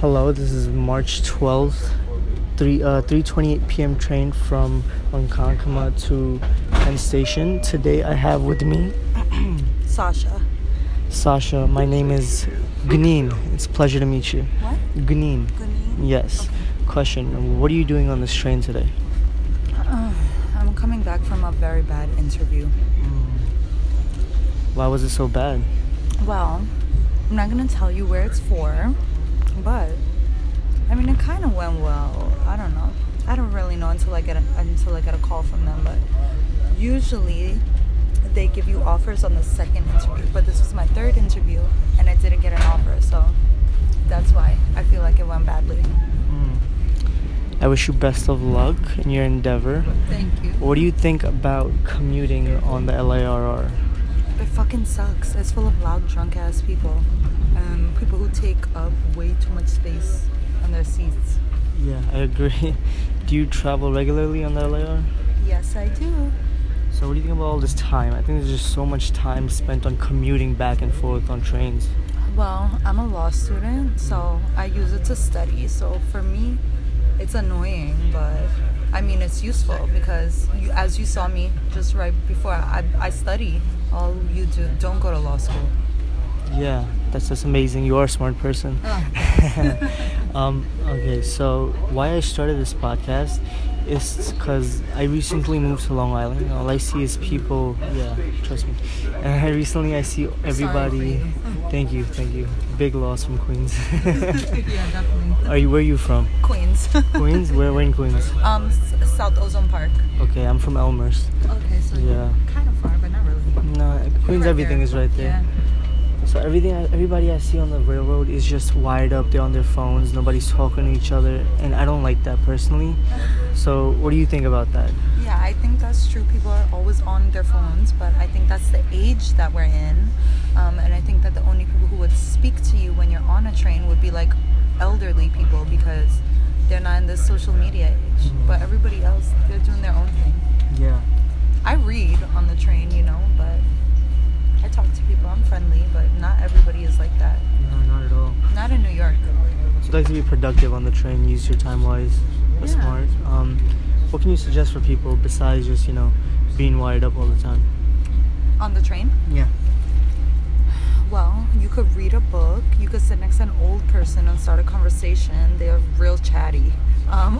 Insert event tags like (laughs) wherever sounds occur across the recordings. Hello, this is March 12th, 3 uh, 3:28 p.m. train from Onkonkoma to Penn Station. Today I have with me Sasha. Sasha. My name is Gunin. It's a pleasure to meet you. What? Gunin. Good name? Yes. Question, what are you doing on this train today? Uh, I'm coming back from a very bad interview. Why was it so bad? Well, I'm not gonna tell you where it's for, but I mean it kind of went well. I don't know. I don't really know until I get a, until I get a call from them. But usually they give you offers on the second interview, but this was my third interview and I didn't get an offer, so that's why I feel like it went badly. I wish you best of luck in your endeavor. Thank you. What do you think about commuting on the LARR? It fucking sucks. It's full of loud, drunk ass people. Um, people who take up way too much space on their seats. Yeah, I agree. (laughs) Do you travel regularly on the LAR? Yes, I do. So what do you think about all this time? I think there's just so much time spent on commuting back and forth on trains. Well, I'm a law student, so I use it to study. So for me, it's annoying, but I mean, it's useful because you, as you saw me just right before, I, I study. All you do, don't go to law school. Yeah, that's just amazing. You are a smart person. (laughs) Oh, um, okay, so why I started this podcast is because I recently moved to Long Island. All I see is people. Yeah, trust me. (laughs) And I recently I see everybody. you. Thank you, thank you. Big loss from Queens. (laughs) yeah, definitely. are you? Where are you from? Queens. Queens? Where? Where in Queens? (laughs) um, S- South Ozone Park. Okay, I'm from Elmhurst. Okay, so you're Yeah. kind of far, but not really. No, Queens. Right everything there. is right there. Yeah. So everything, everybody I see on the railroad is just wired up. They're on their phones. Nobody's talking to each other, and I don't like that personally. So, what do you think about that? Yeah, I think that's true. People are always on their phones, but I think that's the age that we're in. Um, and I think that the only people who would speak to you when you're on a train would be like elderly people because they're not in this social media age. Mm-hmm. But everybody else, they're doing their own thing. Yeah. I read on the train, you know, but I talk to people. I'm friendly, but not everybody is like that. No, not at all. Not in New York. So, like to be productive on the train. Use your time wise. That's Yeah. smart. Um, what can you suggest for people besides just you know being wired up all the time? On the train? Yeah. Well, you could read a book. You could sit next to an old person and start a conversation. They are real chatty. Um,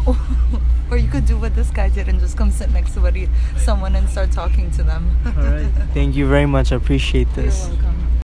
(laughs) or you could do what this guy did and just come sit next to what he, someone and start talking to them. (laughs) (laughs) All right. Thank you very much. I appreciate You're this. welcome.